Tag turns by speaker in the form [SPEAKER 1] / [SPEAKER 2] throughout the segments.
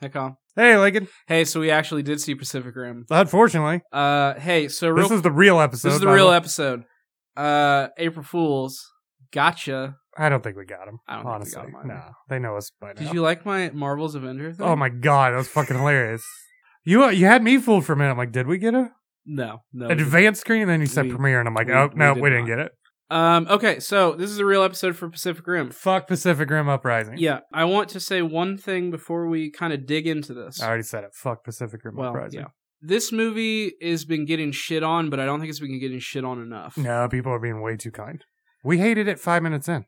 [SPEAKER 1] Hey, Colin.
[SPEAKER 2] Hey, Lincoln.
[SPEAKER 1] Hey, so we actually did see Pacific Rim.
[SPEAKER 2] Unfortunately,
[SPEAKER 1] Uh, hey, so real,
[SPEAKER 2] this is the real episode.
[SPEAKER 1] this is the
[SPEAKER 2] by
[SPEAKER 1] real
[SPEAKER 2] way.
[SPEAKER 1] episode. Uh, April Fools, gotcha.
[SPEAKER 2] I don't think we got him.
[SPEAKER 1] I don't think we
[SPEAKER 2] honestly,
[SPEAKER 1] got him either.
[SPEAKER 2] no, they know us by now.
[SPEAKER 1] Did you like my Marvel's Avenger thing?
[SPEAKER 2] oh my god, that was fucking hilarious. You uh, you had me fooled for a minute. I'm like, did we get a
[SPEAKER 1] No, no.
[SPEAKER 2] advanced screen? And then you said
[SPEAKER 1] We-
[SPEAKER 2] premiere, and I'm like,
[SPEAKER 1] we-
[SPEAKER 2] oh
[SPEAKER 1] we
[SPEAKER 2] no,
[SPEAKER 1] did
[SPEAKER 2] we didn't
[SPEAKER 1] not.
[SPEAKER 2] get it.
[SPEAKER 1] Um, okay, so this is a real episode for Pacific Rim.
[SPEAKER 2] Fuck Pacific Rim Uprising.
[SPEAKER 1] Yeah, I want to say one thing before we kind of dig into this.
[SPEAKER 2] I already said it. Fuck Pacific Rim
[SPEAKER 1] Well,
[SPEAKER 2] Uprising.
[SPEAKER 1] yeah. This movie has been getting shit on, but I don't think it's been getting shit on enough.
[SPEAKER 2] No, people are being way too kind. We hated it five minutes in.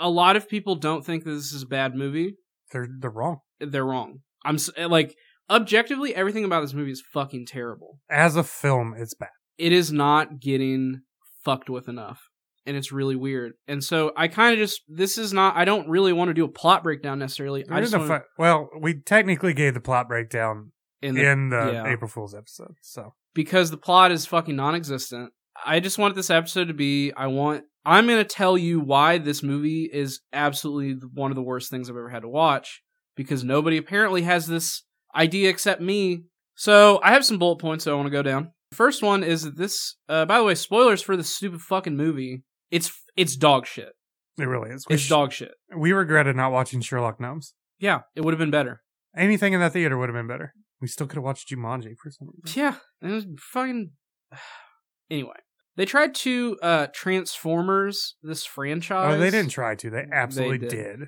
[SPEAKER 1] A lot of people don't think that this is a bad movie.
[SPEAKER 2] They're they're wrong.
[SPEAKER 1] They're wrong. I'm s- eh, like objectively everything about this movie is fucking terrible.
[SPEAKER 2] As a film, it's bad.
[SPEAKER 1] It is not getting fucked with enough. And it's really weird. And so I kind of just this is not I don't really want to do a plot breakdown necessarily.
[SPEAKER 2] There
[SPEAKER 1] I just
[SPEAKER 2] isn't a
[SPEAKER 1] wanna,
[SPEAKER 2] fi- well, we technically gave the plot breakdown
[SPEAKER 1] in
[SPEAKER 2] in
[SPEAKER 1] the
[SPEAKER 2] the,
[SPEAKER 1] yeah.
[SPEAKER 2] April Fool's episode. So
[SPEAKER 1] because the plot is fucking non-existent. I just want this episode to be I want I'm going to tell you why this movie is absolutely th- one of the worst things I've ever had to watch because nobody apparently has this idea except me. So, I have some bullet points that I want to go down. First one is that this uh, by the way, spoilers for this stupid fucking movie. It's it's dog shit.
[SPEAKER 2] it really is. We,
[SPEAKER 1] It's
[SPEAKER 2] sh-
[SPEAKER 1] dog shit.
[SPEAKER 2] we regretted not watching Sherlock Gnomes.
[SPEAKER 1] Yeah, it would have been better.
[SPEAKER 2] Anything in that theater would have been better. We still could have watched Jumanji for some reason.
[SPEAKER 1] Yeah, it was fucking. Anyway, they tried to uh Transformers this franchise.
[SPEAKER 2] Oh, they didn't try to. They absolutely
[SPEAKER 1] did.
[SPEAKER 2] did.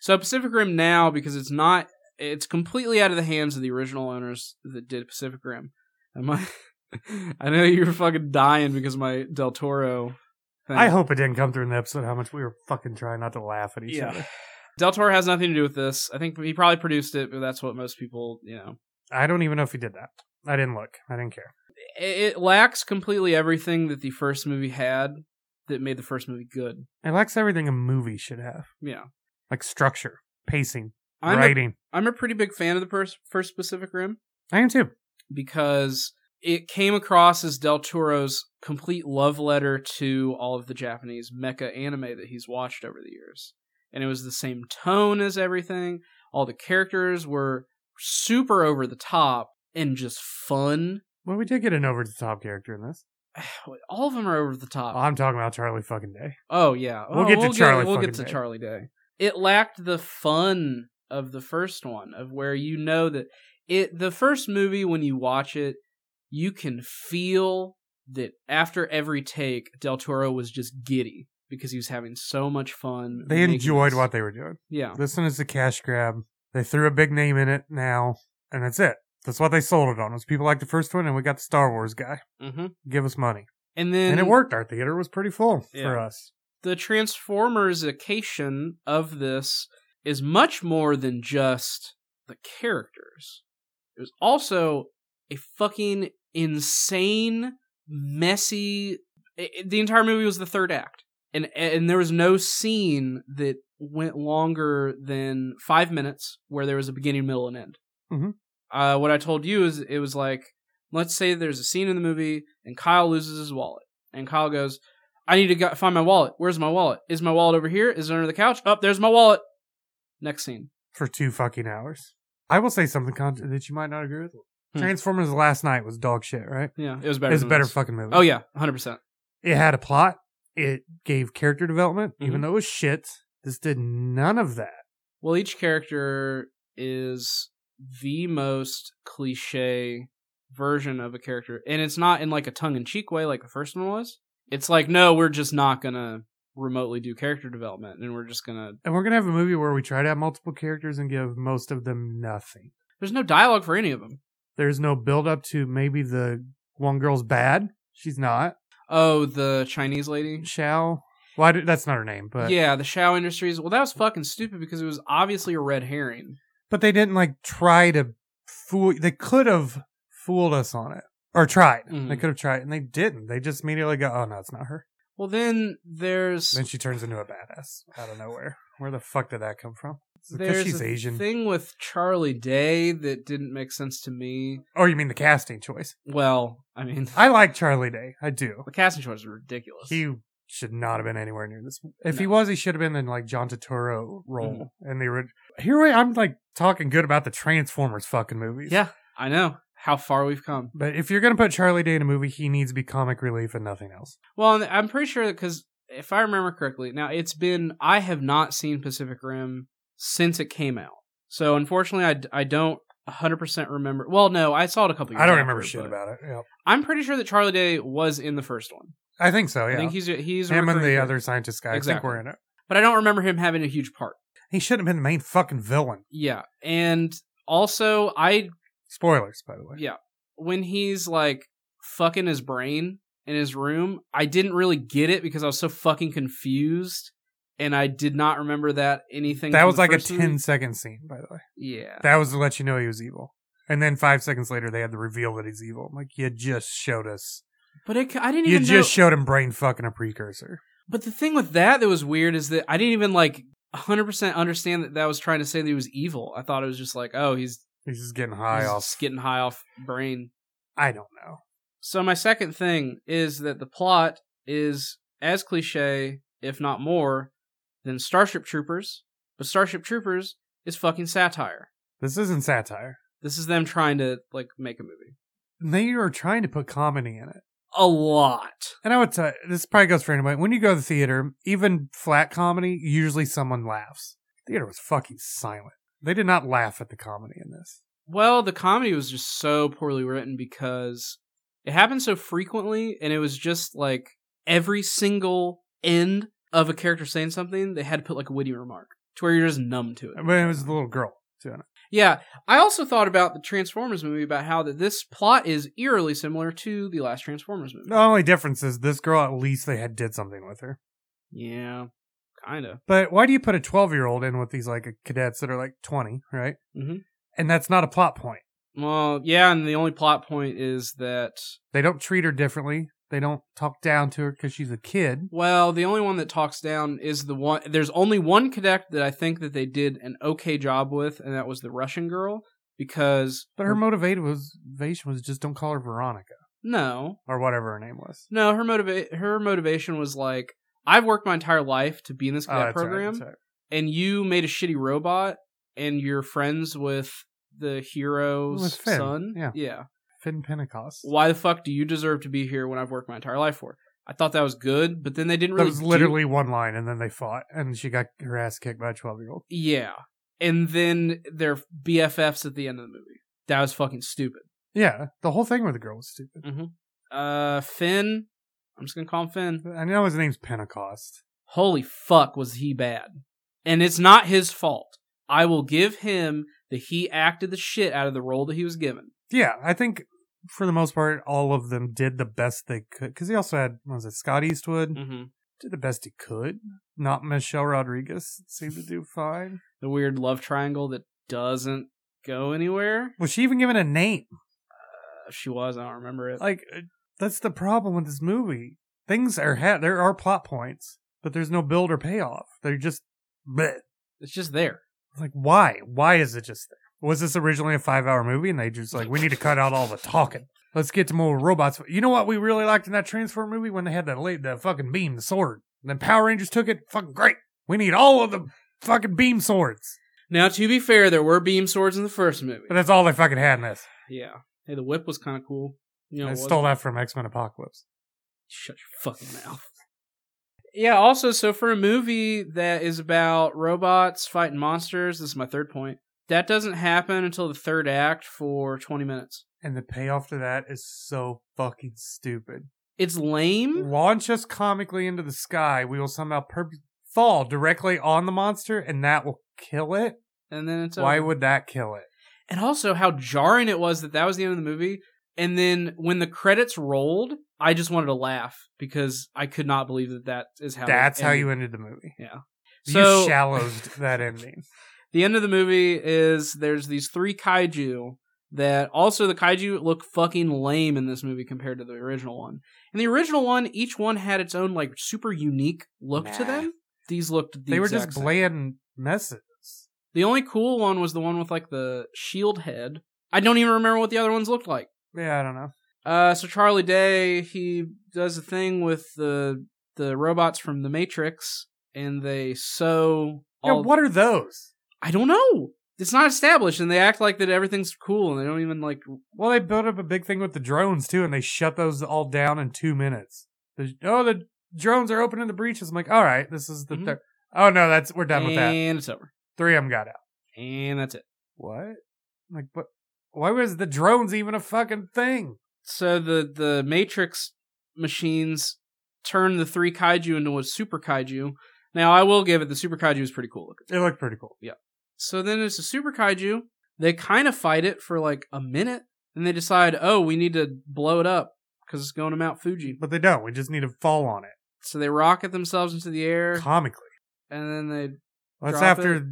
[SPEAKER 1] So Pacific Rim now because it's not it's completely out of the hands of the original owners that did Pacific Rim. And my I know you were fucking dying because of my Del Toro thing.
[SPEAKER 2] I hope it didn't come through in the episode how much we were fucking trying not to laugh at each
[SPEAKER 1] Yeah.
[SPEAKER 2] other.
[SPEAKER 1] Del Toro has nothing to do with this. I think he probably produced it, but that's what most people, you know.
[SPEAKER 2] I don't even know if he did that. I didn't look. I didn't care.
[SPEAKER 1] It, it lacks completely everything that the first movie had that made the first movie good.
[SPEAKER 2] It lacks everything a movie should have,
[SPEAKER 1] Yeah.
[SPEAKER 2] like structure, pacing,
[SPEAKER 1] I'm a,
[SPEAKER 2] writing.
[SPEAKER 1] I'm a pretty big fan of the pers- first Pacific Rim.
[SPEAKER 2] I am too.
[SPEAKER 1] because it came across as Del Toro's complete love letter to all of the Japanese mecha anime that he's watched over the years. And it was the same tone as everything. All the characters were super over the top and just fun.
[SPEAKER 2] Well, we did get an over the top character in this.
[SPEAKER 1] All of them are over the top.
[SPEAKER 2] I'm talking about Charlie fucking Day.
[SPEAKER 1] Oh yeah,
[SPEAKER 2] We'll
[SPEAKER 1] Oh,
[SPEAKER 2] get to Charlie
[SPEAKER 1] We'll get
[SPEAKER 2] fucking
[SPEAKER 1] to
[SPEAKER 2] Day.
[SPEAKER 1] Charlie Day. It lacked the fun of the first one, of where you know that it. The first movie, when you watch it, you can feel that after every take, Del Toro was just giddy because he was having so much fun.
[SPEAKER 2] They
[SPEAKER 1] making
[SPEAKER 2] enjoyed
[SPEAKER 1] this.
[SPEAKER 2] what they were doing.
[SPEAKER 1] Yeah,
[SPEAKER 2] This one is a cash grab. They threw a big name in it now, and that's it. That's what they sold it on. Was people like the first one, and we got the Star Wars guy.
[SPEAKER 1] hmm
[SPEAKER 2] Give us money,
[SPEAKER 1] and then
[SPEAKER 2] and it worked. Our theater was pretty full for
[SPEAKER 1] Yeah.
[SPEAKER 2] us.
[SPEAKER 1] the transformersification of this is much more than just the characters. There's also a fucking insane, messy. i i- the entire movie was the third act, and and there was no scene that went longer than five minutes where there was a beginning, middle, and end.
[SPEAKER 2] Mhm.
[SPEAKER 1] Uh, what I told you is it was like, let's say there's a scene in the movie and Kyle loses his wallet, and Kyle goes, I need to go- find my wallet. Where's my wallet? Is my wallet over here? Is it under the couch? Up there's my wallet. Next scene.
[SPEAKER 2] for two fucking hours. I will say something con- that you might not agree with.
[SPEAKER 1] Hmm.
[SPEAKER 2] Transformers last night was dog shit, right?
[SPEAKER 1] Yeah, it was
[SPEAKER 2] It
[SPEAKER 1] better.
[SPEAKER 2] was a
[SPEAKER 1] than
[SPEAKER 2] better
[SPEAKER 1] this.
[SPEAKER 2] fucking movie.
[SPEAKER 1] oh yeah, hundred percent.
[SPEAKER 2] It had a plot. It gave character development, even
[SPEAKER 1] Mhm.
[SPEAKER 2] though it was shit. This did none of that.
[SPEAKER 1] Well, each character is the most cliche version of a character, and it's not in like a tongue in cheek way like the first one was. It's like no, we're just not gonna remotely do character development, and we're just gonna.
[SPEAKER 2] And we're gonna have a movie where we try to have multiple characters and give most of them nothing.
[SPEAKER 1] There's no dialogue for any of them.
[SPEAKER 2] There's no build up to maybe the one girl's bad. She's not.
[SPEAKER 1] Oh, the Chinese lady.
[SPEAKER 2] Shao. Why? do that's not her name, but
[SPEAKER 1] yeah, the Shao Industries. Well, that was fucking stupid because it was obviously a red herring.
[SPEAKER 2] but they didn't like try to fool they could have fooled us on it or tried
[SPEAKER 1] Mhm.
[SPEAKER 2] they could have tried and they didn't they just immediately go oh no it's not her
[SPEAKER 1] Well, then there's
[SPEAKER 2] then she turns into a badass out of nowhere where the fuck did that come from Is it 'cause
[SPEAKER 1] there's
[SPEAKER 2] she's
[SPEAKER 1] a
[SPEAKER 2] asian
[SPEAKER 1] thing with Charlie Day that didn't make sense to me.
[SPEAKER 2] oh you mean the casting choice
[SPEAKER 1] Well, I mean,
[SPEAKER 2] i like charlie day i do
[SPEAKER 1] the casting choices are ridiculous.
[SPEAKER 2] he should not have been anywhere near this. If he
[SPEAKER 1] No. Mm-hmm.
[SPEAKER 2] was, he should have been in like John Turturro role. And they were here. I- I'm like talking good about the Transformers fucking movies.
[SPEAKER 1] Yeah, I know how far we've come.
[SPEAKER 2] But if you're gonna put Charlie Day in a movie, he needs to be comic relief and nothing else.
[SPEAKER 1] Well, and I'm pretty sure because if I remember correctly, now it's been I have not seen Pacific Rim since it came out, so unfortunately I d- I don't 100 percent remember. Well, no, I saw it a couple. years
[SPEAKER 2] I don't
[SPEAKER 1] after,
[SPEAKER 2] remember shit
[SPEAKER 1] but
[SPEAKER 2] about it. Yep.
[SPEAKER 1] I'm pretty sure that Charlie Day was in the first one.
[SPEAKER 2] I think so. Oh, Yeah.
[SPEAKER 1] I think he's he's a
[SPEAKER 2] Him and
[SPEAKER 1] recurring
[SPEAKER 2] the
[SPEAKER 1] character.
[SPEAKER 2] other scientist guy. I think
[SPEAKER 1] Exactly.
[SPEAKER 2] we're in it.
[SPEAKER 1] but I don't remember him having a huge part.
[SPEAKER 2] He should have been the main fucking villain.
[SPEAKER 1] Yeah, and also I
[SPEAKER 2] Spoilers, by the way.
[SPEAKER 1] Yeah. when he's like fucking his brain in his room, I didn't really get it because I was so fucking confused and I did not remember that anything.
[SPEAKER 2] That
[SPEAKER 1] from
[SPEAKER 2] was
[SPEAKER 1] the
[SPEAKER 2] like a
[SPEAKER 1] first movie.
[SPEAKER 2] 10 second scene, by the way.
[SPEAKER 1] Yeah.
[SPEAKER 2] That was to let you know he was evil. And then five seconds later, they had the reveal that he's evil. I'm like, you just showed us.
[SPEAKER 1] But it, I didn't
[SPEAKER 2] You
[SPEAKER 1] even
[SPEAKER 2] just
[SPEAKER 1] know.
[SPEAKER 2] showed him brain fucking a precursor.
[SPEAKER 1] but the thing with that that was weird is that I didn't even like 100% understand that that was trying to say that he was evil. I thought it was just like, oh, he's,
[SPEAKER 2] He's just getting high
[SPEAKER 1] he's
[SPEAKER 2] off.
[SPEAKER 1] just getting high off brain.
[SPEAKER 2] I don't know.
[SPEAKER 1] So my second thing is that the plot is as cliche, if not more, than Starship Troopers, but Starship Troopers is fucking satire.
[SPEAKER 2] This isn't satire.
[SPEAKER 1] This is them trying to like make a movie.
[SPEAKER 2] They are trying to put comedy in it.
[SPEAKER 1] A lot.
[SPEAKER 2] And I would tell this probably goes for anybody. When you go to the theater, even flat comedy, usually someone laughs. theater was fucking silent. They did not laugh at the comedy in this.
[SPEAKER 1] Well, the comedy was just so poorly written because it happened so frequently and it was just like every single end of a character saying something, they had to put like a witty remark to where you're just numb to it.
[SPEAKER 2] But it was the little girl doing it.
[SPEAKER 1] Yeah, I also thought about the Transformers movie about how that this plot is eerily similar to the last Transformers movie.
[SPEAKER 2] The only difference is this girl at least they had did something with her.
[SPEAKER 1] Yeah, kind of.
[SPEAKER 2] But why do you put a 12 year old in with these like cadets that are like 20, right?
[SPEAKER 1] Mhm.
[SPEAKER 2] And that's not a plot point.
[SPEAKER 1] Well, yeah, and the only plot point is that
[SPEAKER 2] They don't treat her differently. They don't talk down to her because she's a kid.
[SPEAKER 1] well, the only one that talks down is the one. There's only one cadet that I think that they did an okay job with, and that was the Russian girl because.
[SPEAKER 2] But her motivation was, motivation was just don't call her Veronica
[SPEAKER 1] no,
[SPEAKER 2] or whatever her name was.
[SPEAKER 1] no, her motiva- her motivation was like, I've worked my entire life to be in this
[SPEAKER 2] Oh,
[SPEAKER 1] cadet
[SPEAKER 2] that's right,
[SPEAKER 1] program.
[SPEAKER 2] that's right.
[SPEAKER 1] and you made a shitty robot and you're friends with the hero's
[SPEAKER 2] With Finn,
[SPEAKER 1] son.
[SPEAKER 2] yeah. Finn Pentecost.
[SPEAKER 1] Why the fuck do you deserve to be here when I've worked my entire life for? it? I thought that was good, but then they didn't
[SPEAKER 2] That
[SPEAKER 1] really
[SPEAKER 2] was
[SPEAKER 1] do-
[SPEAKER 2] literally one line, and then they fought, and she got her ass kicked by a 12 year old.
[SPEAKER 1] Yeah. And then they're BFFs at the end of the movie. That was fucking stupid.
[SPEAKER 2] Yeah, the whole thing with the girl was stupid.
[SPEAKER 1] Uh Finn, I'm just going to call him Finn.
[SPEAKER 2] I know his name's Pentecost.
[SPEAKER 1] Holy fuck was he bad. And it's not his fault. I will give him that he acted the shit out of the role that he was given.
[SPEAKER 2] Yeah, I think for the most part, all of them did the best they could. Because he also had, what was it Scott Eastwood?
[SPEAKER 1] Mhm.
[SPEAKER 2] Did the best he could. Not Michelle Rodriguez seemed to do fine.
[SPEAKER 1] the weird love triangle that doesn't go anywhere.
[SPEAKER 2] Was she even given a name?
[SPEAKER 1] Uh, she was, I don't remember it.
[SPEAKER 2] Like, uh, that's the problem with this movie. Things are ha- there are plot points, but there's no build or payoff. They're just bleh.
[SPEAKER 1] It's just there.
[SPEAKER 2] Like, why? Why is it just there? Was this originally a five hour movie and they just like, we need to cut out all the talking? Let's get to more robots. You know what we really liked in that Transform movie when they had that late, the fucking beam, the sword. And then Power Rangers took it. Fucking great. We need all of the fucking beam swords.
[SPEAKER 1] Now, to be fair, there were beam swords in the first movie.
[SPEAKER 2] But that's all they fucking had in this.
[SPEAKER 1] Yeah. Hey, the whip was kind of cool. You know,
[SPEAKER 2] I
[SPEAKER 1] it wasn't-
[SPEAKER 2] stole that from X Men Apocalypse.
[SPEAKER 1] Shut your fucking mouth. Yeah, also, so for a movie that is about robots fighting monsters, this is my third point. That doesn't happen until the third act for 20 minutes.
[SPEAKER 2] And the payoff to that is so fucking stupid.
[SPEAKER 1] It's lame.
[SPEAKER 2] Launch us comically into the sky. We will somehow per- fall directly on the monster and that will kill it.
[SPEAKER 1] And then it's
[SPEAKER 2] Why
[SPEAKER 1] over.
[SPEAKER 2] would that kill it?
[SPEAKER 1] and also how jarring it was that that was the end of the movie and then when the credits rolled i just wanted to laugh because i could not believe that that is how
[SPEAKER 2] That's
[SPEAKER 1] it
[SPEAKER 2] how
[SPEAKER 1] ended.
[SPEAKER 2] you ended the movie.
[SPEAKER 1] so
[SPEAKER 2] you shallowed that ending.
[SPEAKER 1] the end of the movie is there's these three kaiju that also the kaiju look fucking lame in this movie compared to the original one and the original one each one had its own like super unique look to
[SPEAKER 2] Nah.
[SPEAKER 1] them these looked the
[SPEAKER 2] they were
[SPEAKER 1] exact
[SPEAKER 2] just
[SPEAKER 1] same.
[SPEAKER 2] bland messes.
[SPEAKER 1] the only cool one was the one with like the shield head i don't even remember what the other ones looked like
[SPEAKER 2] Yeah, I don't know.
[SPEAKER 1] Uh, so Charlie Day, he does a thing with the the robots from the Matrix and they sew
[SPEAKER 2] Yeah,
[SPEAKER 1] all
[SPEAKER 2] what are those?
[SPEAKER 1] I don't know. It's not established and they act like that everything's cool and they don't even like
[SPEAKER 2] Well, they built up a big thing with the drones too, and they shut those all down in two minutes. The, oh, the drones are opening the breaches. I'm like, all right, this is the.
[SPEAKER 1] Mhm.
[SPEAKER 2] third. Oh no, that's we're done
[SPEAKER 1] and
[SPEAKER 2] with that.
[SPEAKER 1] it's over.
[SPEAKER 2] Three of them got out.
[SPEAKER 1] And that's it.
[SPEAKER 2] What? Like, but why was the drones even a fucking thing?
[SPEAKER 1] So the the Matrix machines turn the three kaiju into a super kaiju. Now I will give it the super kaiju is pretty cool looking.
[SPEAKER 2] It looked pretty cool.
[SPEAKER 1] So then it's a super kaiju. They kind of fight it for like a minute, and they decide, oh, we need to blow it up because it's going to Mount Fuji.
[SPEAKER 2] But they don't. We just need to fall on it
[SPEAKER 1] So they rocket themselves into the air,
[SPEAKER 2] comically.
[SPEAKER 1] and then they
[SPEAKER 2] Well, that's
[SPEAKER 1] Drop
[SPEAKER 2] after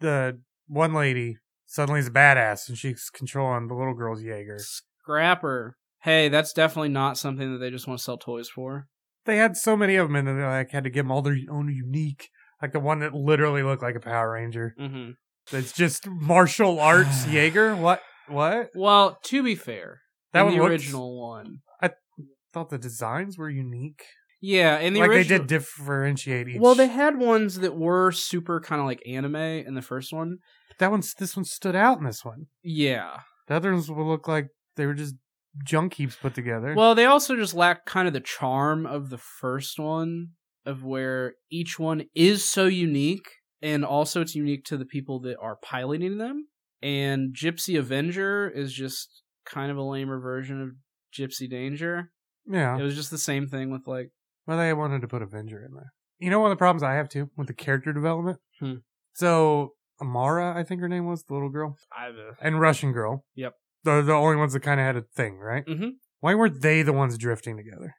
[SPEAKER 2] the one lady suddenly is a badass and she's controlling the little girl's Jaeger.
[SPEAKER 1] scrap her. Hey, that's definitely not something that they just want to sell toys for.
[SPEAKER 2] They had so many of them, and then they like had to give them all their own unique, like the one that literally looked like a Power Ranger.
[SPEAKER 1] hmm
[SPEAKER 2] That's just martial arts Jaeger. What? What?
[SPEAKER 1] Well, to be fair,
[SPEAKER 2] That
[SPEAKER 1] in
[SPEAKER 2] one
[SPEAKER 1] the
[SPEAKER 2] looked-
[SPEAKER 1] original one.
[SPEAKER 2] Thought the designs were unique.
[SPEAKER 1] Yeah, in the
[SPEAKER 2] like
[SPEAKER 1] original.
[SPEAKER 2] they did differentiate each.
[SPEAKER 1] Well, they had ones that were super kind of like anime in the first one.
[SPEAKER 2] that one's this one stood out in this one.
[SPEAKER 1] Yeah.
[SPEAKER 2] The other ones will look like they were just junk heaps put together.
[SPEAKER 1] Well, they also just lack kind of the charm of the first one, of where each one is so unique, and also it's unique to the people that are piloting them. And Gypsy Avenger is just kind of a lamer version of Gypsy Danger.
[SPEAKER 2] yeah.
[SPEAKER 1] It was just the same thing with like,
[SPEAKER 2] Well, they wanted to put Avenger in there. You know, one of the problems I have too with the character development.
[SPEAKER 1] Hmm.
[SPEAKER 2] So Amara, I think her name was the little girl,
[SPEAKER 1] I,
[SPEAKER 2] and Russian girl.
[SPEAKER 1] Yep.
[SPEAKER 2] They're the only ones that kind of had a thing, right?
[SPEAKER 1] Mhm.
[SPEAKER 2] Why weren't they the ones drifting together?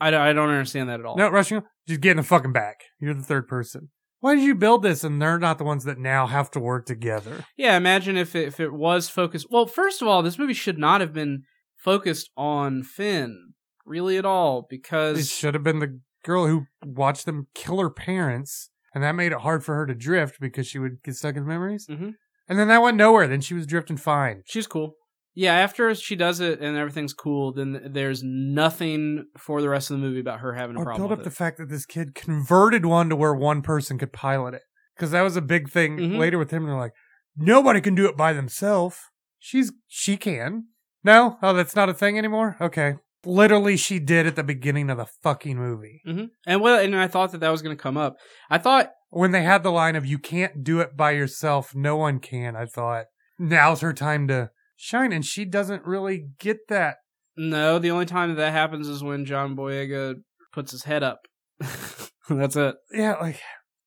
[SPEAKER 1] I, don't- I don't understand that at all.
[SPEAKER 2] No, Russian girl, just get in the fucking back. You're the third person. Why did you build this and they're not the ones that now have to work together?
[SPEAKER 1] Yeah, imagine if it, if it was focused. Well, first of all, this movie should not have been focused on Finn really at all
[SPEAKER 2] It
[SPEAKER 1] because
[SPEAKER 2] should have been the girl who watched them kill her parents, and that made it hard for her to drift because she would get stuck in memories.
[SPEAKER 1] Mhm.
[SPEAKER 2] And then that went nowhere. Then she was drifting fine.
[SPEAKER 1] she's cool. Yeah, after she does it and everything's cool, then there's nothing for the rest of the movie about her having a
[SPEAKER 2] Or
[SPEAKER 1] problem.
[SPEAKER 2] Oh, build up
[SPEAKER 1] with
[SPEAKER 2] the
[SPEAKER 1] it.
[SPEAKER 2] fact that this kid converted one to where one person could pilot it. Because that was a big thing
[SPEAKER 1] Mhm.
[SPEAKER 2] later with him. They're like, nobody can do it by themselves. She's she can. No? Oh, that's not a thing anymore? Okay. Literally she did at the beginning of the fucking movie.
[SPEAKER 1] and well, and I thought that that was going to come up. I thought,
[SPEAKER 2] When they had the line of you can't do it by yourself, no one can, I thought, now's her time to shine. And she doesn't really get that.
[SPEAKER 1] no, the only time that, that happens is when John Boyega puts his head up. That's it.
[SPEAKER 2] yeah, like,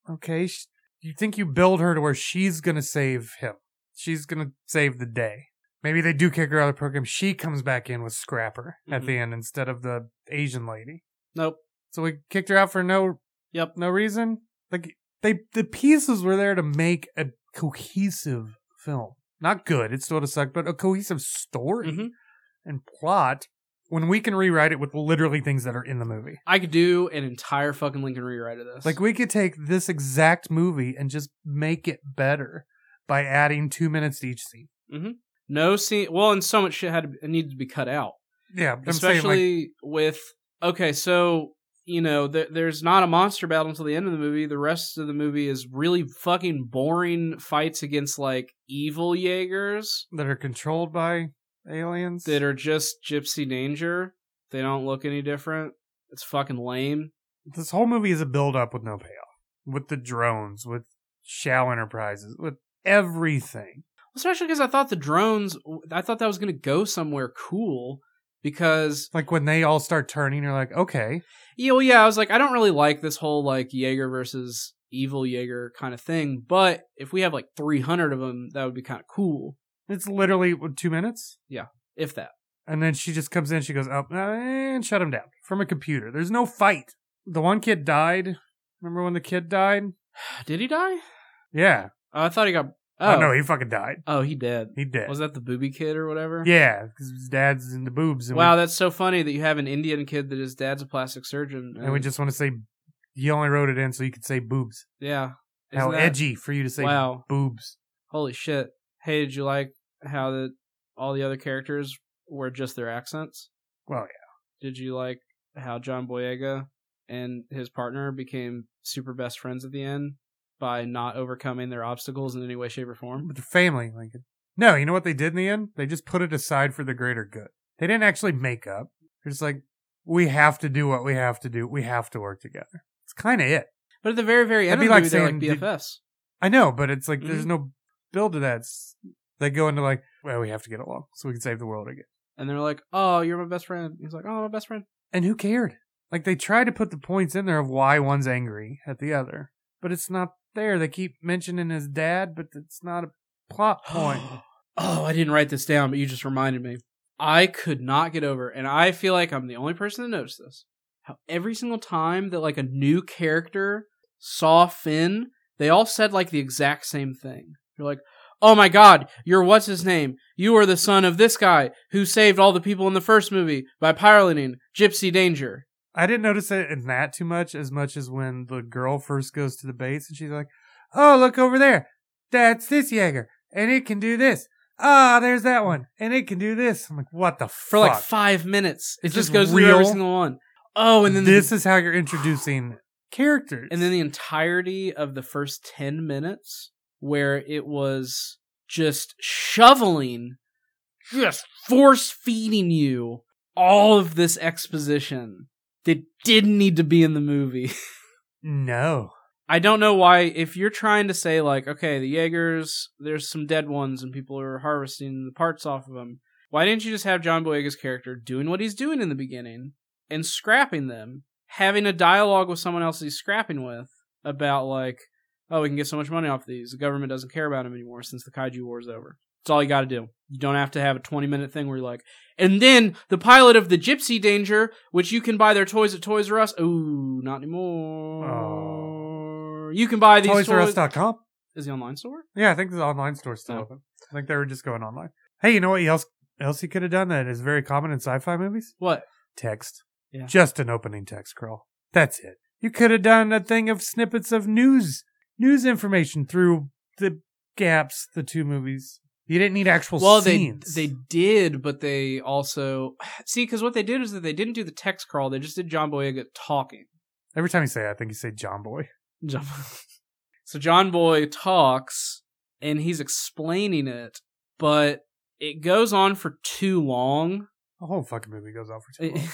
[SPEAKER 2] okay, sh- you think you build her to where she's gonna save him? She's gonna save the day. Maybe they do kick her out of the program. She comes back in with Scrapper at the end instead of the Asian lady.
[SPEAKER 1] Nope.
[SPEAKER 2] So we kicked her out for no,
[SPEAKER 1] Yep.
[SPEAKER 2] no reason. Like they, the pieces were there to make a cohesive film. Not good. It still would have sucked, but a cohesive story
[SPEAKER 1] Mhm.
[SPEAKER 2] and plot. When we can rewrite it with literally things that are in the movie.
[SPEAKER 1] I could do an entire fucking Lincoln rewrite of this.
[SPEAKER 2] Like we could take this exact movie and just make it better by adding two minutes to each scene.
[SPEAKER 1] no scene. Well, and so much shit had to, needed to be cut out.
[SPEAKER 2] Yeah, but I'm saying
[SPEAKER 1] especially with okay so you know th- there's not a monster battle until the end of the movie the rest of the movie is really fucking boring fights against like evil jaegers
[SPEAKER 2] like that are controlled by aliens.
[SPEAKER 1] that are just gypsy danger they don't look any different it's fucking lame
[SPEAKER 2] this whole movie is a build up with no payoff. With the drones, with Shao Enterprises, with everything.
[SPEAKER 1] especially because i thought the drones i thought that was going to go somewhere cool because
[SPEAKER 2] Like when they all start turning, you're like, okay.
[SPEAKER 1] yeah, well, yeah i was like i don't really like this whole like jaeger versus evil jaeger kind of thing but if we have like 300 of them that would be kind of cool
[SPEAKER 2] It's literally what, two minutes.
[SPEAKER 1] if that.
[SPEAKER 2] And then she just comes in, she goes up uh, and shut him down from a computer. There's no fight. The one kid died. Remember when the kid died?
[SPEAKER 1] Did he die?
[SPEAKER 2] Yeah.
[SPEAKER 1] Oh, I thought he got.
[SPEAKER 2] Oh,
[SPEAKER 1] Oh,
[SPEAKER 2] no, he fucking died.
[SPEAKER 1] oh, he did.
[SPEAKER 2] He did.
[SPEAKER 1] Was that the booby kid or whatever?
[SPEAKER 2] Yeah, because his dad's in the boobs, and,
[SPEAKER 1] Wow, that's so funny that you have an Indian kid that his dad's a plastic surgeon.
[SPEAKER 2] we, and we just want to say you only wrote it in so you could say boobs.
[SPEAKER 1] yeah.
[SPEAKER 2] How
[SPEAKER 1] Isn't that-
[SPEAKER 2] edgy for you to say
[SPEAKER 1] Wow.
[SPEAKER 2] boobs.
[SPEAKER 1] Holy shit. Hey, did you like how the all the other characters were just their accents?
[SPEAKER 2] Well,
[SPEAKER 1] Did you like how John Boyega and his partner became super best friends at the end by not overcoming their obstacles in any way, shape, or form.
[SPEAKER 2] But the family, Lincoln. No, you know what they did in the end? They just put it aside for the greater good. They didn't actually make up. They're just like, we have to do what we have to do. We have to work together. It's kind of it.
[SPEAKER 1] But at the very, very end,
[SPEAKER 2] That'd be
[SPEAKER 1] of the
[SPEAKER 2] like
[SPEAKER 1] movie, they're
[SPEAKER 2] saying,
[SPEAKER 1] like
[SPEAKER 2] did-
[SPEAKER 1] BFFs.
[SPEAKER 2] I know, but it's like there's no build to that. It's- they go into like, well, we have to get along so we can save the world again.
[SPEAKER 1] And they're like, "Oh, you're my best friend." He's like, "Oh, I'm my best friend."
[SPEAKER 2] And who cared? Like they tried to put the points in there of why one's angry at the other, but it's not there. They keep mentioning his dad, but it's not a plot point.
[SPEAKER 1] oh, I didn't write this down, but you just reminded me. I could not get over, and I feel like I'm the only person to notice this. How every single time that like a new character saw Finn, they all said like the exact same thing. They're like, "Oh my god, you're what's his name? You are the son of this guy who saved all the people in the first movie by piloting Gypsy Danger."
[SPEAKER 2] I didn't notice it in that too much as much as when the girl first goes to the base and she's like, "Oh, look over there, that's this Jaeger, and it can do this. Ah, there's that one, and it can do this." I'm like, "What the
[SPEAKER 1] For
[SPEAKER 2] fuck?"
[SPEAKER 1] like five minutes, it
[SPEAKER 2] It's
[SPEAKER 1] just
[SPEAKER 2] just
[SPEAKER 1] goes through every
[SPEAKER 2] real.
[SPEAKER 1] single one. Oh, and then the
[SPEAKER 2] this is how you're introducing characters,
[SPEAKER 1] and then the entirety of the first 10 minutes where it was just shoveling just force feeding you all of this exposition that didn't need to be in the movie
[SPEAKER 2] no,
[SPEAKER 1] i don't know why if you're trying to say like okay the jaegers there's some dead ones and people are harvesting the parts off of them why didn't you just have john boyega's character doing what he's doing in the beginning and scrapping them, having a dialogue with someone else he's scrapping with about like, oh, we can get so much money off these. The government doesn't care about him anymore since the kaiju war's over. It's all you got to do. You don't have to have a twenty minute thing where you're like, and then the pilot of the Gypsy Danger, which you can buy their toys at Toys R Us. Ooh, not anymore. You can buy these toys.
[SPEAKER 2] ToysRUs.com.
[SPEAKER 1] Is the online store?
[SPEAKER 2] Yeah, I think the online store's still
[SPEAKER 1] Oh.
[SPEAKER 2] open. I think they were just going online. Hey, you know what else else he could have done that is very common in sci-fi movies?
[SPEAKER 1] What?
[SPEAKER 2] Text.
[SPEAKER 1] Yeah.
[SPEAKER 2] Just an opening text scroll. That's it. You could have done a thing of snippets of news news information through the gaps, the two movies. You didn't need actual
[SPEAKER 1] Well,
[SPEAKER 2] scenes.
[SPEAKER 1] they they did, but they also see because what they did is that they didn't do the text crawl. They just did John Boyega talking.
[SPEAKER 2] Every time you say it, I think you say John Boy.
[SPEAKER 1] John so John Boy talks and he's explaining it, but it goes on for too long.
[SPEAKER 2] The whole fucking movie goes on for too long.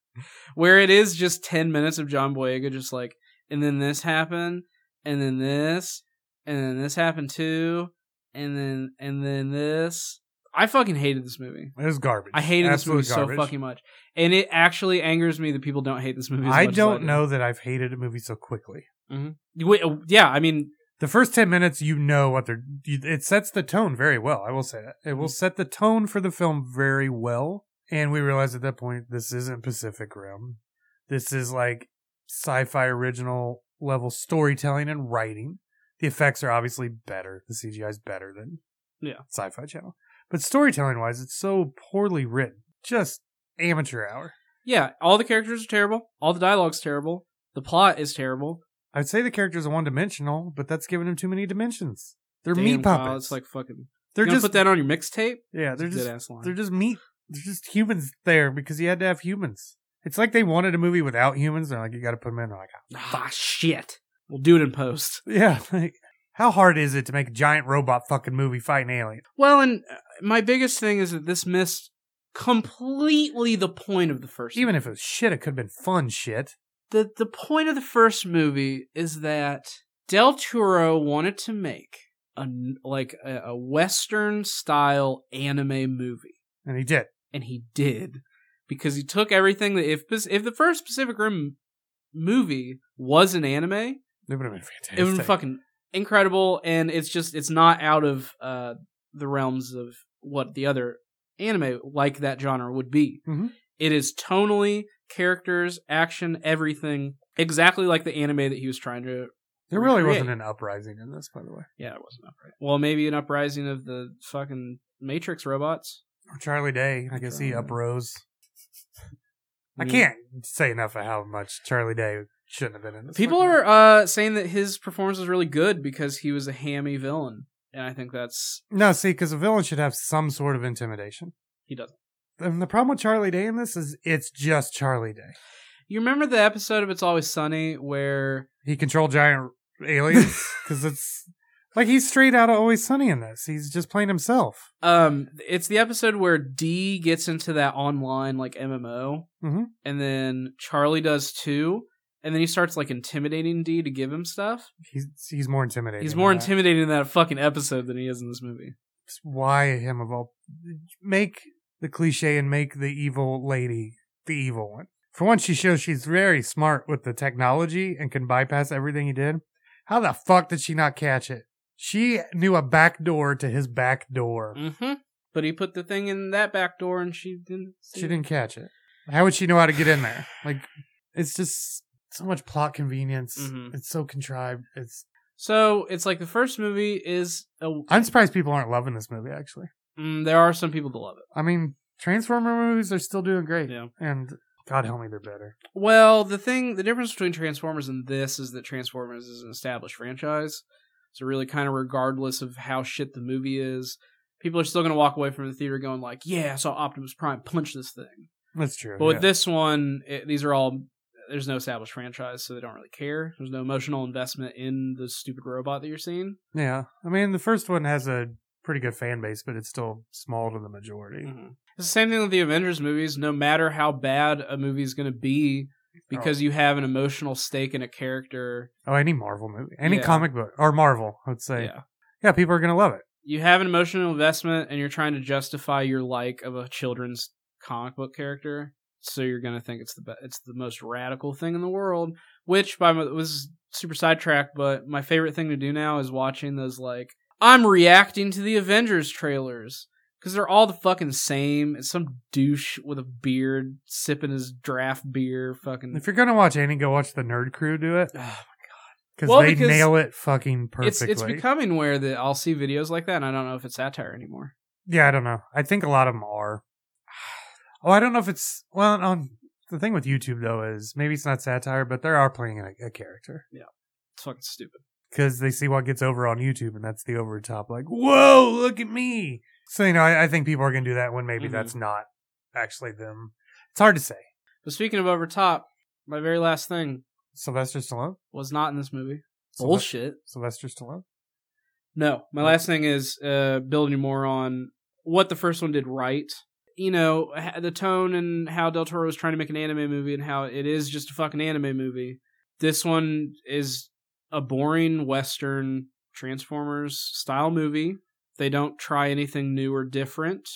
[SPEAKER 1] Where it is just 10 minutes of John Boyega just like, and then this happened, and then this, and then this happened too, and then, and then this. I fucking hated this movie.
[SPEAKER 2] It was garbage.
[SPEAKER 1] I hated
[SPEAKER 2] Absolute
[SPEAKER 1] this movie
[SPEAKER 2] garbage.
[SPEAKER 1] so fucking much. And it actually angers me that people don't hate this movie as
[SPEAKER 2] I
[SPEAKER 1] much as
[SPEAKER 2] don't
[SPEAKER 1] do.
[SPEAKER 2] know that I've hated a movie so quickly.
[SPEAKER 1] Wait, oh, yeah, I mean,
[SPEAKER 2] the first 10 minutes you know what they're you- it sets the tone very well i will say that it will
[SPEAKER 1] Mm.
[SPEAKER 2] set the tone for the film very well and we realize at that point this isn't pacific rim this is like sci-fi original level storytelling and writing the effects are obviously better the cgi is better than
[SPEAKER 1] Yeah.
[SPEAKER 2] sci-fi channel but storytelling wise it's so poorly written just amateur hour
[SPEAKER 1] Yeah, all the characters are terrible. All the dialogue's terrible. The plot is terrible.
[SPEAKER 2] i'd say the characters are one-dimensional but that's giving them too many dimensions they're
[SPEAKER 1] Damn,
[SPEAKER 2] meat
[SPEAKER 1] Kyle,
[SPEAKER 2] puppets
[SPEAKER 1] It's like fucking.
[SPEAKER 2] they're
[SPEAKER 1] you gonna
[SPEAKER 2] just
[SPEAKER 1] put that on your mixtape.
[SPEAKER 2] yeah they're just
[SPEAKER 1] good ass line.
[SPEAKER 2] They're just meat. They're just humans there because he had to have humans. It's like they wanted a movie without humans. They're like, you got to put them in. They're like,
[SPEAKER 1] ah shit. We'll do it in post.
[SPEAKER 2] yeah. Like, how hard is it to make a giant robot fucking movie fighting alien?
[SPEAKER 1] Well, and uh, my biggest thing is that this missed completely the point of the first.
[SPEAKER 2] Even if it was shit, it could have been fun shit.
[SPEAKER 1] the the point of the first movie is that Del Toro wanted to make a n- like a, a western style anime movie.
[SPEAKER 2] And he did.
[SPEAKER 1] and he did because he took everything that if if the first Pacific Rim movie was an anime,
[SPEAKER 2] It would have been fantastic.
[SPEAKER 1] it would be fucking incredible. And it's just it's not out of uh, the realms of what the other anime like that genre would be.
[SPEAKER 2] Mhm.
[SPEAKER 1] It is tonally, characters, action, everything exactly like the anime that he was trying to.
[SPEAKER 2] There really
[SPEAKER 1] recreate.
[SPEAKER 2] wasn't an uprising in this, by the way.
[SPEAKER 1] Yeah, it wasn't uprising. Well, maybe an uprising of the fucking Matrix robots.
[SPEAKER 2] Or Charlie Day. I guess he
[SPEAKER 1] Charlie Day.
[SPEAKER 2] uprose. I
[SPEAKER 1] mean-
[SPEAKER 2] can't say enough of how much Charlie Day shouldn't have been in this.
[SPEAKER 1] People
[SPEAKER 2] fucking
[SPEAKER 1] are uh, saying that his performance was really good because he was a hammy villain, and I think that's
[SPEAKER 2] movie. No, see, because a villain should have some sort of intimidation.
[SPEAKER 1] he doesn't.
[SPEAKER 2] And the problem with Charlie Day in this is it's just Charlie Day.
[SPEAKER 1] You remember the episode of It's Always Sunny where
[SPEAKER 2] He controlled giant aliens because it's like he's straight out of Always Sunny in this. He's just playing himself.
[SPEAKER 1] um it's the episode where D gets into that online like MMO
[SPEAKER 2] Mhm.
[SPEAKER 1] and then Charlie does too and then he starts like intimidating D to give him stuff.
[SPEAKER 2] He's he's more intimidating.
[SPEAKER 1] He's
[SPEAKER 2] than
[SPEAKER 1] more
[SPEAKER 2] that.
[SPEAKER 1] intimidating in that fucking episode than he is in this movie.
[SPEAKER 2] Why him of all? Make the cliche and make the evil lady the evil one. For once, she shows she's very smart with the technology and can bypass everything he did. How the fuck did she not catch it? She knew a back door to his back door.
[SPEAKER 1] Mhm. But he put the thing in that back door and she didn't see
[SPEAKER 2] She
[SPEAKER 1] it.
[SPEAKER 2] didn't catch it. How would she know how to get in there? Like, it's just so much plot convenience.
[SPEAKER 1] Mhm.
[SPEAKER 2] It's so contrived. It's.
[SPEAKER 1] So it's like the first movie is a,
[SPEAKER 2] I'm surprised people aren't loving this movie. Actually,
[SPEAKER 1] mm, there are some people that love it.
[SPEAKER 2] I mean, Transformer movies are still doing great,
[SPEAKER 1] Yeah.
[SPEAKER 2] and God help me, they're better.
[SPEAKER 1] Well, the thing, the difference between Transformers and this is that Transformers is an established franchise. So really, kind of regardless of how shit the movie is, people are still going to walk away from the theater going like, "Yeah, I saw Optimus Prime punch this thing."
[SPEAKER 2] That's true.
[SPEAKER 1] But with
[SPEAKER 2] yeah.
[SPEAKER 1] this one, it, these are all there's no established franchise, so they don't really care. There's no emotional investment in the stupid robot that you're seeing.
[SPEAKER 2] yeah, I mean, the first one has a pretty good fan base, but it's still small to the
[SPEAKER 1] Mm,
[SPEAKER 2] majority.
[SPEAKER 1] It's the same thing with the Avengers movies. No matter how bad a movie is going to be, because you have an emotional stake in a character,
[SPEAKER 2] Oh, any Marvel movie, any
[SPEAKER 1] Yeah.
[SPEAKER 2] comic book or Marvel, I'd say. Yeah.
[SPEAKER 1] yeah,
[SPEAKER 2] people are gonna love it.
[SPEAKER 1] you have an emotional investment, and you're trying to justify your like of a children's comic book character. So you're going to think it's the be- it's the most radical thing in the world. Which by my, was super sidetracked, but my favorite thing to do now is watching those like I'm reacting to the Avengers trailers. Because they're all the fucking same. It's some douche with a beard sipping his draft beer. Fucking.
[SPEAKER 2] If you're gonna watch any, go watch the Nerd Crew do it because
[SPEAKER 1] Well,
[SPEAKER 2] they
[SPEAKER 1] because
[SPEAKER 2] nail it fucking
[SPEAKER 1] it's
[SPEAKER 2] perfectly.
[SPEAKER 1] it's becoming where that I'll see videos like that, and I don't know if it's satire anymore.
[SPEAKER 2] Yeah, I don't know. I think a lot of them are. Oh, I don't know if it's well. On the thing with YouTube though is maybe it's not satire, but they are playing a, a character
[SPEAKER 1] It's fucking stupid.
[SPEAKER 2] because they see what gets over on YouTube, and that's the over the top. Like, whoa, look at me. So you know, I, I think people are gonna do that when maybe
[SPEAKER 1] Mhm.
[SPEAKER 2] that's not actually them. It's hard to say.
[SPEAKER 1] But speaking of over top, my very last thing
[SPEAKER 2] Sylvester Stallone.
[SPEAKER 1] was not in this movie.
[SPEAKER 2] Sylve-
[SPEAKER 1] Bullshit.
[SPEAKER 2] Sylvester Stallone.
[SPEAKER 1] No, my last thing is uh, building more on what the first one did right. You know, ha- the tone and how Del Toro is trying to make an anime movie and how it is just a fucking anime movie. This one is a boring Western Transformers style movie. They don't try anything new or different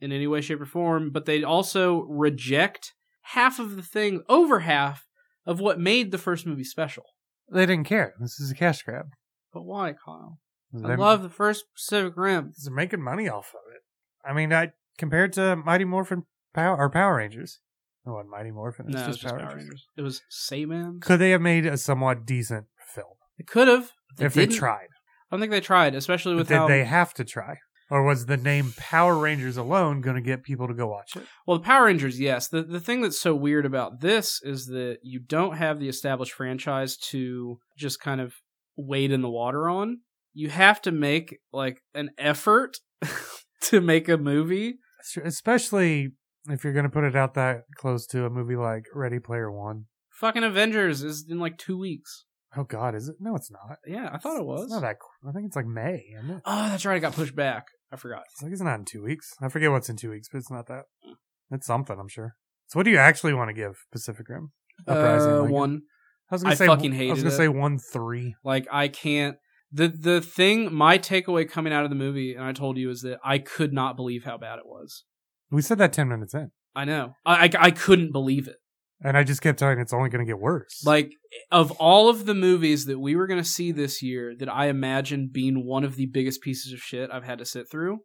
[SPEAKER 1] in any way, shape, or form, but they also reject half of the thing, over half of what made the first movie special.
[SPEAKER 2] They didn't care. This is a cash grab.
[SPEAKER 1] But why, Kyle? I
[SPEAKER 2] They're-
[SPEAKER 1] love the first Pacific Rim.
[SPEAKER 2] They're making money off of it. I mean, I compared to Mighty Morphin Power or Power Rangers. No, what Mighty Morphin. It's
[SPEAKER 1] No,
[SPEAKER 2] just,
[SPEAKER 1] it was just
[SPEAKER 2] Power,
[SPEAKER 1] Power
[SPEAKER 2] Rangers.
[SPEAKER 1] Rangers. It was Saiman.
[SPEAKER 2] Could they have made a somewhat decent film
[SPEAKER 1] They could have.
[SPEAKER 2] if
[SPEAKER 1] didn't.
[SPEAKER 2] they tried?
[SPEAKER 1] I don't think they tried, especially
[SPEAKER 2] But
[SPEAKER 1] with
[SPEAKER 2] did
[SPEAKER 1] how.
[SPEAKER 2] they have to try? Or was the name Power Rangers alone going to get people to go watch it?
[SPEAKER 1] Well, the Power Rangers, yes. The the thing that's so weird about this is that you don't have the established franchise to just kind of wade in the water on. You have to make like an effort to make a movie.
[SPEAKER 2] Sure, Especially if you're going to put it out that close to a movie like Ready Player One.
[SPEAKER 1] Fucking Avengers is in like two weeks.
[SPEAKER 2] Oh God, is it? No, it's not.
[SPEAKER 1] Yeah, I thought it was.
[SPEAKER 2] It's not that. qu- I think it's like May. Isn't it?
[SPEAKER 1] oh, that's right. It got pushed back. I forgot.
[SPEAKER 2] It's like it's not in two weeks. I forget what's in two weeks, but it's not that.
[SPEAKER 1] Hmm.
[SPEAKER 2] It's something, I'm sure. So, what do you actually want to give Pacific Rim?
[SPEAKER 1] Uh,
[SPEAKER 2] Lincoln?
[SPEAKER 1] one.
[SPEAKER 2] I was gonna
[SPEAKER 1] I
[SPEAKER 2] say
[SPEAKER 1] fucking
[SPEAKER 2] I was
[SPEAKER 1] hated
[SPEAKER 2] gonna
[SPEAKER 1] it.
[SPEAKER 2] say one three.
[SPEAKER 1] Like I can't the the thing my takeaway coming out of the movie and I told you is that I could not believe how bad it was.
[SPEAKER 2] We said that ten minutes in,
[SPEAKER 1] I know. I I, I couldn't believe it.
[SPEAKER 2] and I just kept telling you it's only gonna get worse.
[SPEAKER 1] Like of all of the movies that we were going to see this year that I imagine being one of the biggest pieces of shit I've had to sit through,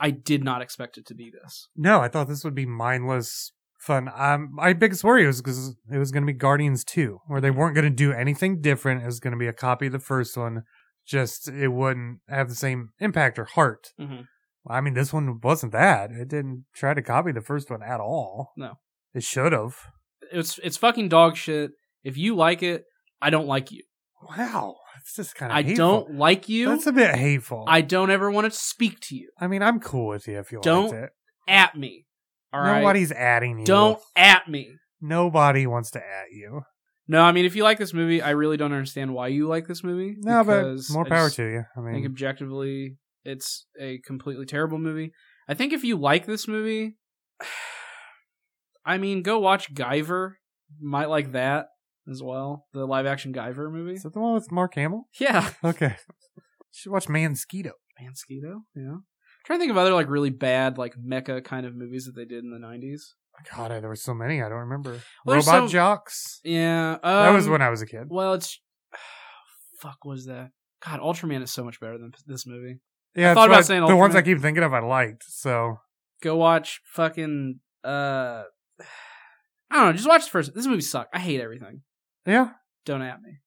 [SPEAKER 1] I did not expect it to be this.
[SPEAKER 2] no, I thought this would be mindless fun. Um, my biggest worry was because it was gonna be Guardians two, where they weren't gonna do anything different. It was gonna be a copy of the first one. Just it wouldn't have the same impact or heart.
[SPEAKER 1] Mhm.
[SPEAKER 2] I mean, this one wasn't that. It didn't try to copy the first one at all.
[SPEAKER 1] No.
[SPEAKER 2] it should have.
[SPEAKER 1] It's it's fucking dog shit. If you like it, I don't like you.
[SPEAKER 2] Wow, that's just kind of.
[SPEAKER 1] I don't like you.
[SPEAKER 2] That's a bit hateful.
[SPEAKER 1] I don't ever want to speak to you.
[SPEAKER 2] I mean, I'm cool with you if you
[SPEAKER 1] Don't
[SPEAKER 2] liked it.
[SPEAKER 1] At me. All right.
[SPEAKER 2] Nobody's adding you.
[SPEAKER 1] Don't at me.
[SPEAKER 2] Nobody wants to at you.
[SPEAKER 1] No, I mean, if you like this movie, I really don't understand why you like this movie.
[SPEAKER 2] No, but
[SPEAKER 1] because
[SPEAKER 2] more
[SPEAKER 1] I
[SPEAKER 2] power
[SPEAKER 1] just
[SPEAKER 2] to you. I
[SPEAKER 1] think
[SPEAKER 2] mean,
[SPEAKER 1] objectively, it's a completely terrible movie. I think if you like this movie, I mean, go watch Guyver. You Might like that as well. The live action Guyver movie.
[SPEAKER 2] is that the one with Mark Hamill?
[SPEAKER 1] Yeah.
[SPEAKER 2] Okay. Should watch Mansquito.
[SPEAKER 1] Mansquito. Yeah. I'm trying to think of other like really bad like mecha kind of movies that they did in the 90s.
[SPEAKER 2] God, there were so many. I don't remember.
[SPEAKER 1] Well, there's
[SPEAKER 2] Robot
[SPEAKER 1] some-
[SPEAKER 2] Jocks.
[SPEAKER 1] Yeah. Um,
[SPEAKER 2] That was when I was a kid.
[SPEAKER 1] Well, it's fuck was that? God, Ultraman is so much better than this movie.
[SPEAKER 2] Yeah,
[SPEAKER 1] thought
[SPEAKER 2] that's
[SPEAKER 1] about
[SPEAKER 2] what-
[SPEAKER 1] saying
[SPEAKER 2] the ones I
[SPEAKER 1] alternate.
[SPEAKER 2] keep thinking of. I liked. So
[SPEAKER 1] Go watch fucking uh I don't know, just watch the first. This movie sucked. I hate everything.
[SPEAKER 2] yeah,
[SPEAKER 1] Don't at me.